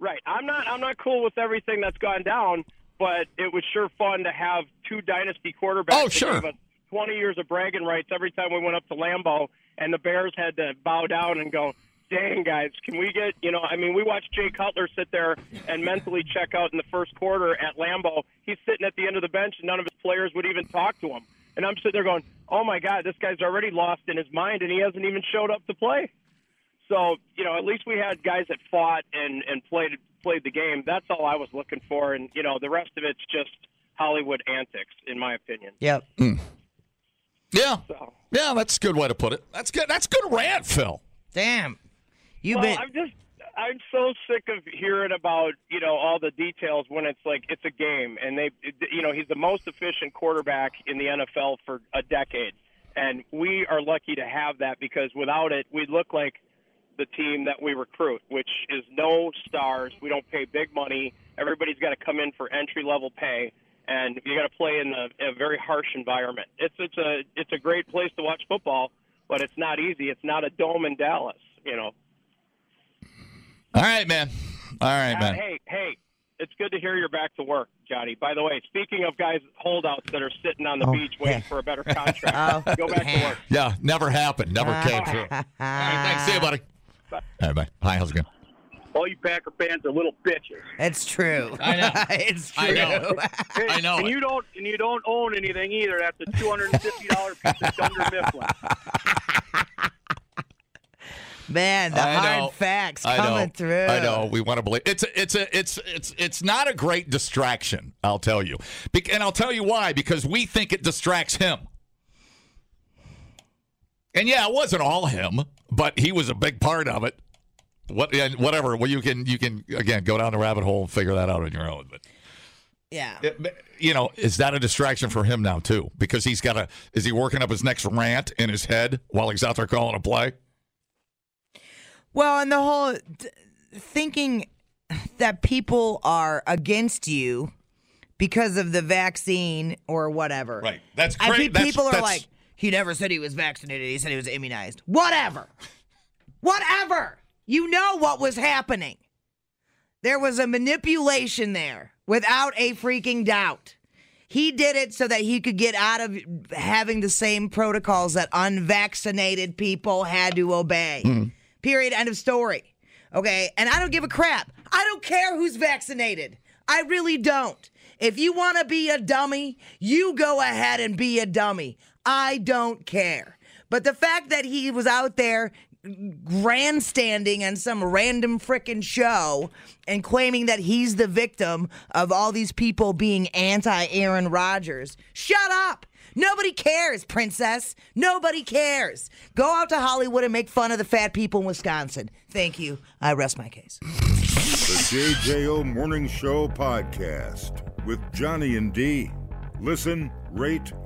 [SPEAKER 12] Right. I'm not. I'm not cool with everything that's gone down, but it was sure fun to have two dynasty quarterbacks.
[SPEAKER 3] Oh,
[SPEAKER 12] that
[SPEAKER 3] sure.
[SPEAKER 12] gave us 20 years of bragging rights every time we went up to Lambeau, and the Bears had to bow down and go. Dang, guys, can we get, you know, I mean, we watched Jay Cutler sit there and mentally check out in the first quarter at Lambeau. He's sitting at the end of the bench, and none of his players would even talk to him. And I'm sitting there going, oh my God, this guy's already lost in his mind, and he hasn't even showed up to play. So you know, at least we had guys that fought and and played played the game. That's all I was looking for, and you know, the rest of it's just Hollywood antics, in my opinion.
[SPEAKER 2] Yep.
[SPEAKER 3] Yeah, yeah, that's a good way to put it. That's good. That's good rant, Phil.
[SPEAKER 2] Damn, you
[SPEAKER 12] well,
[SPEAKER 2] been-
[SPEAKER 12] I'm just I'm so sick of hearing about you know all the details when it's like it's a game, and they you know he's the most efficient quarterback in the NFL for a decade, and we are lucky to have that because without it, we look like the team that we recruit, which is no stars. We don't pay big money. Everybody's got to come in for entry level pay, and you got to play in a, a very harsh environment. It's it's a it's a great place to watch football, but it's not easy. It's not a dome in Dallas, you know.
[SPEAKER 3] All right, man. All right,
[SPEAKER 12] Uh,
[SPEAKER 3] man.
[SPEAKER 12] hey, hey, it's good to hear you're back to work, Johnny. By the way, speaking of guys holdouts that are sitting on the
[SPEAKER 3] Oh,
[SPEAKER 12] beach waiting
[SPEAKER 3] heck.
[SPEAKER 12] for a
[SPEAKER 2] (laughs)
[SPEAKER 12] better contract,
[SPEAKER 2] Oh,
[SPEAKER 12] go back to work.
[SPEAKER 3] Yeah, never happened. Never
[SPEAKER 2] Ah. (laughs)
[SPEAKER 3] came through. All right, thanks. See you, buddy. All right, bye. Hi, how's it going?
[SPEAKER 13] All you Packer fans are little bitches.
[SPEAKER 2] It's true.
[SPEAKER 13] I know.
[SPEAKER 2] (laughs) it's true.
[SPEAKER 13] I know.
[SPEAKER 2] (laughs) I know
[SPEAKER 13] And
[SPEAKER 2] it.
[SPEAKER 13] you don't and you don't own anything either. That's a two hundred and fifty dollar piece of Dunder Mifflin.
[SPEAKER 2] Man, the
[SPEAKER 3] I
[SPEAKER 2] hard
[SPEAKER 3] know.
[SPEAKER 2] facts
[SPEAKER 3] I
[SPEAKER 2] coming
[SPEAKER 3] know.
[SPEAKER 2] through.
[SPEAKER 3] I know. We want to believe it's a, it's a, it's it's it's not a great distraction. I'll tell you, Bec- and I'll tell you why because we think it distracts him. And yeah, it wasn't all him, but he was a big part of it. What and whatever. Well, you can you can again go down the rabbit hole and figure that out on your own. But
[SPEAKER 2] Yeah.
[SPEAKER 3] you know, is that a distraction for him now too? Because he's got a is he working up his next rant in his head while he's out there calling a play?
[SPEAKER 2] Well, and the whole d- thinking that people are against you because of the vaccine or whatever. Right.
[SPEAKER 3] That's
[SPEAKER 2] I
[SPEAKER 3] cra-
[SPEAKER 2] think
[SPEAKER 3] that's-
[SPEAKER 2] people are
[SPEAKER 3] that's-
[SPEAKER 2] like, he never said he was vaccinated. He said he was immunized. Whatever. Whatever. You know what was happening. There was a manipulation there without a freaking doubt. He did it so that he could get out of having the same protocols that unvaccinated people had to obey.
[SPEAKER 3] Mm-hmm.
[SPEAKER 2] Period. End of story. Okay. And I don't give a crap. I don't care who's vaccinated. I really don't. If you want to be a dummy, you go ahead and be a dummy. I don't care. But the fact that he was out there grandstanding on some random frickin' show and claiming that he's the victim of all these people being anti Aaron Rodgers. Shut up! Nobody cares, princess. Nobody cares. Go out to Hollywood and make fun of the fat people in Wisconsin. Thank you. I rest my case.
[SPEAKER 1] The JJO Morning Show podcast with Johnny and D. Listen, rate,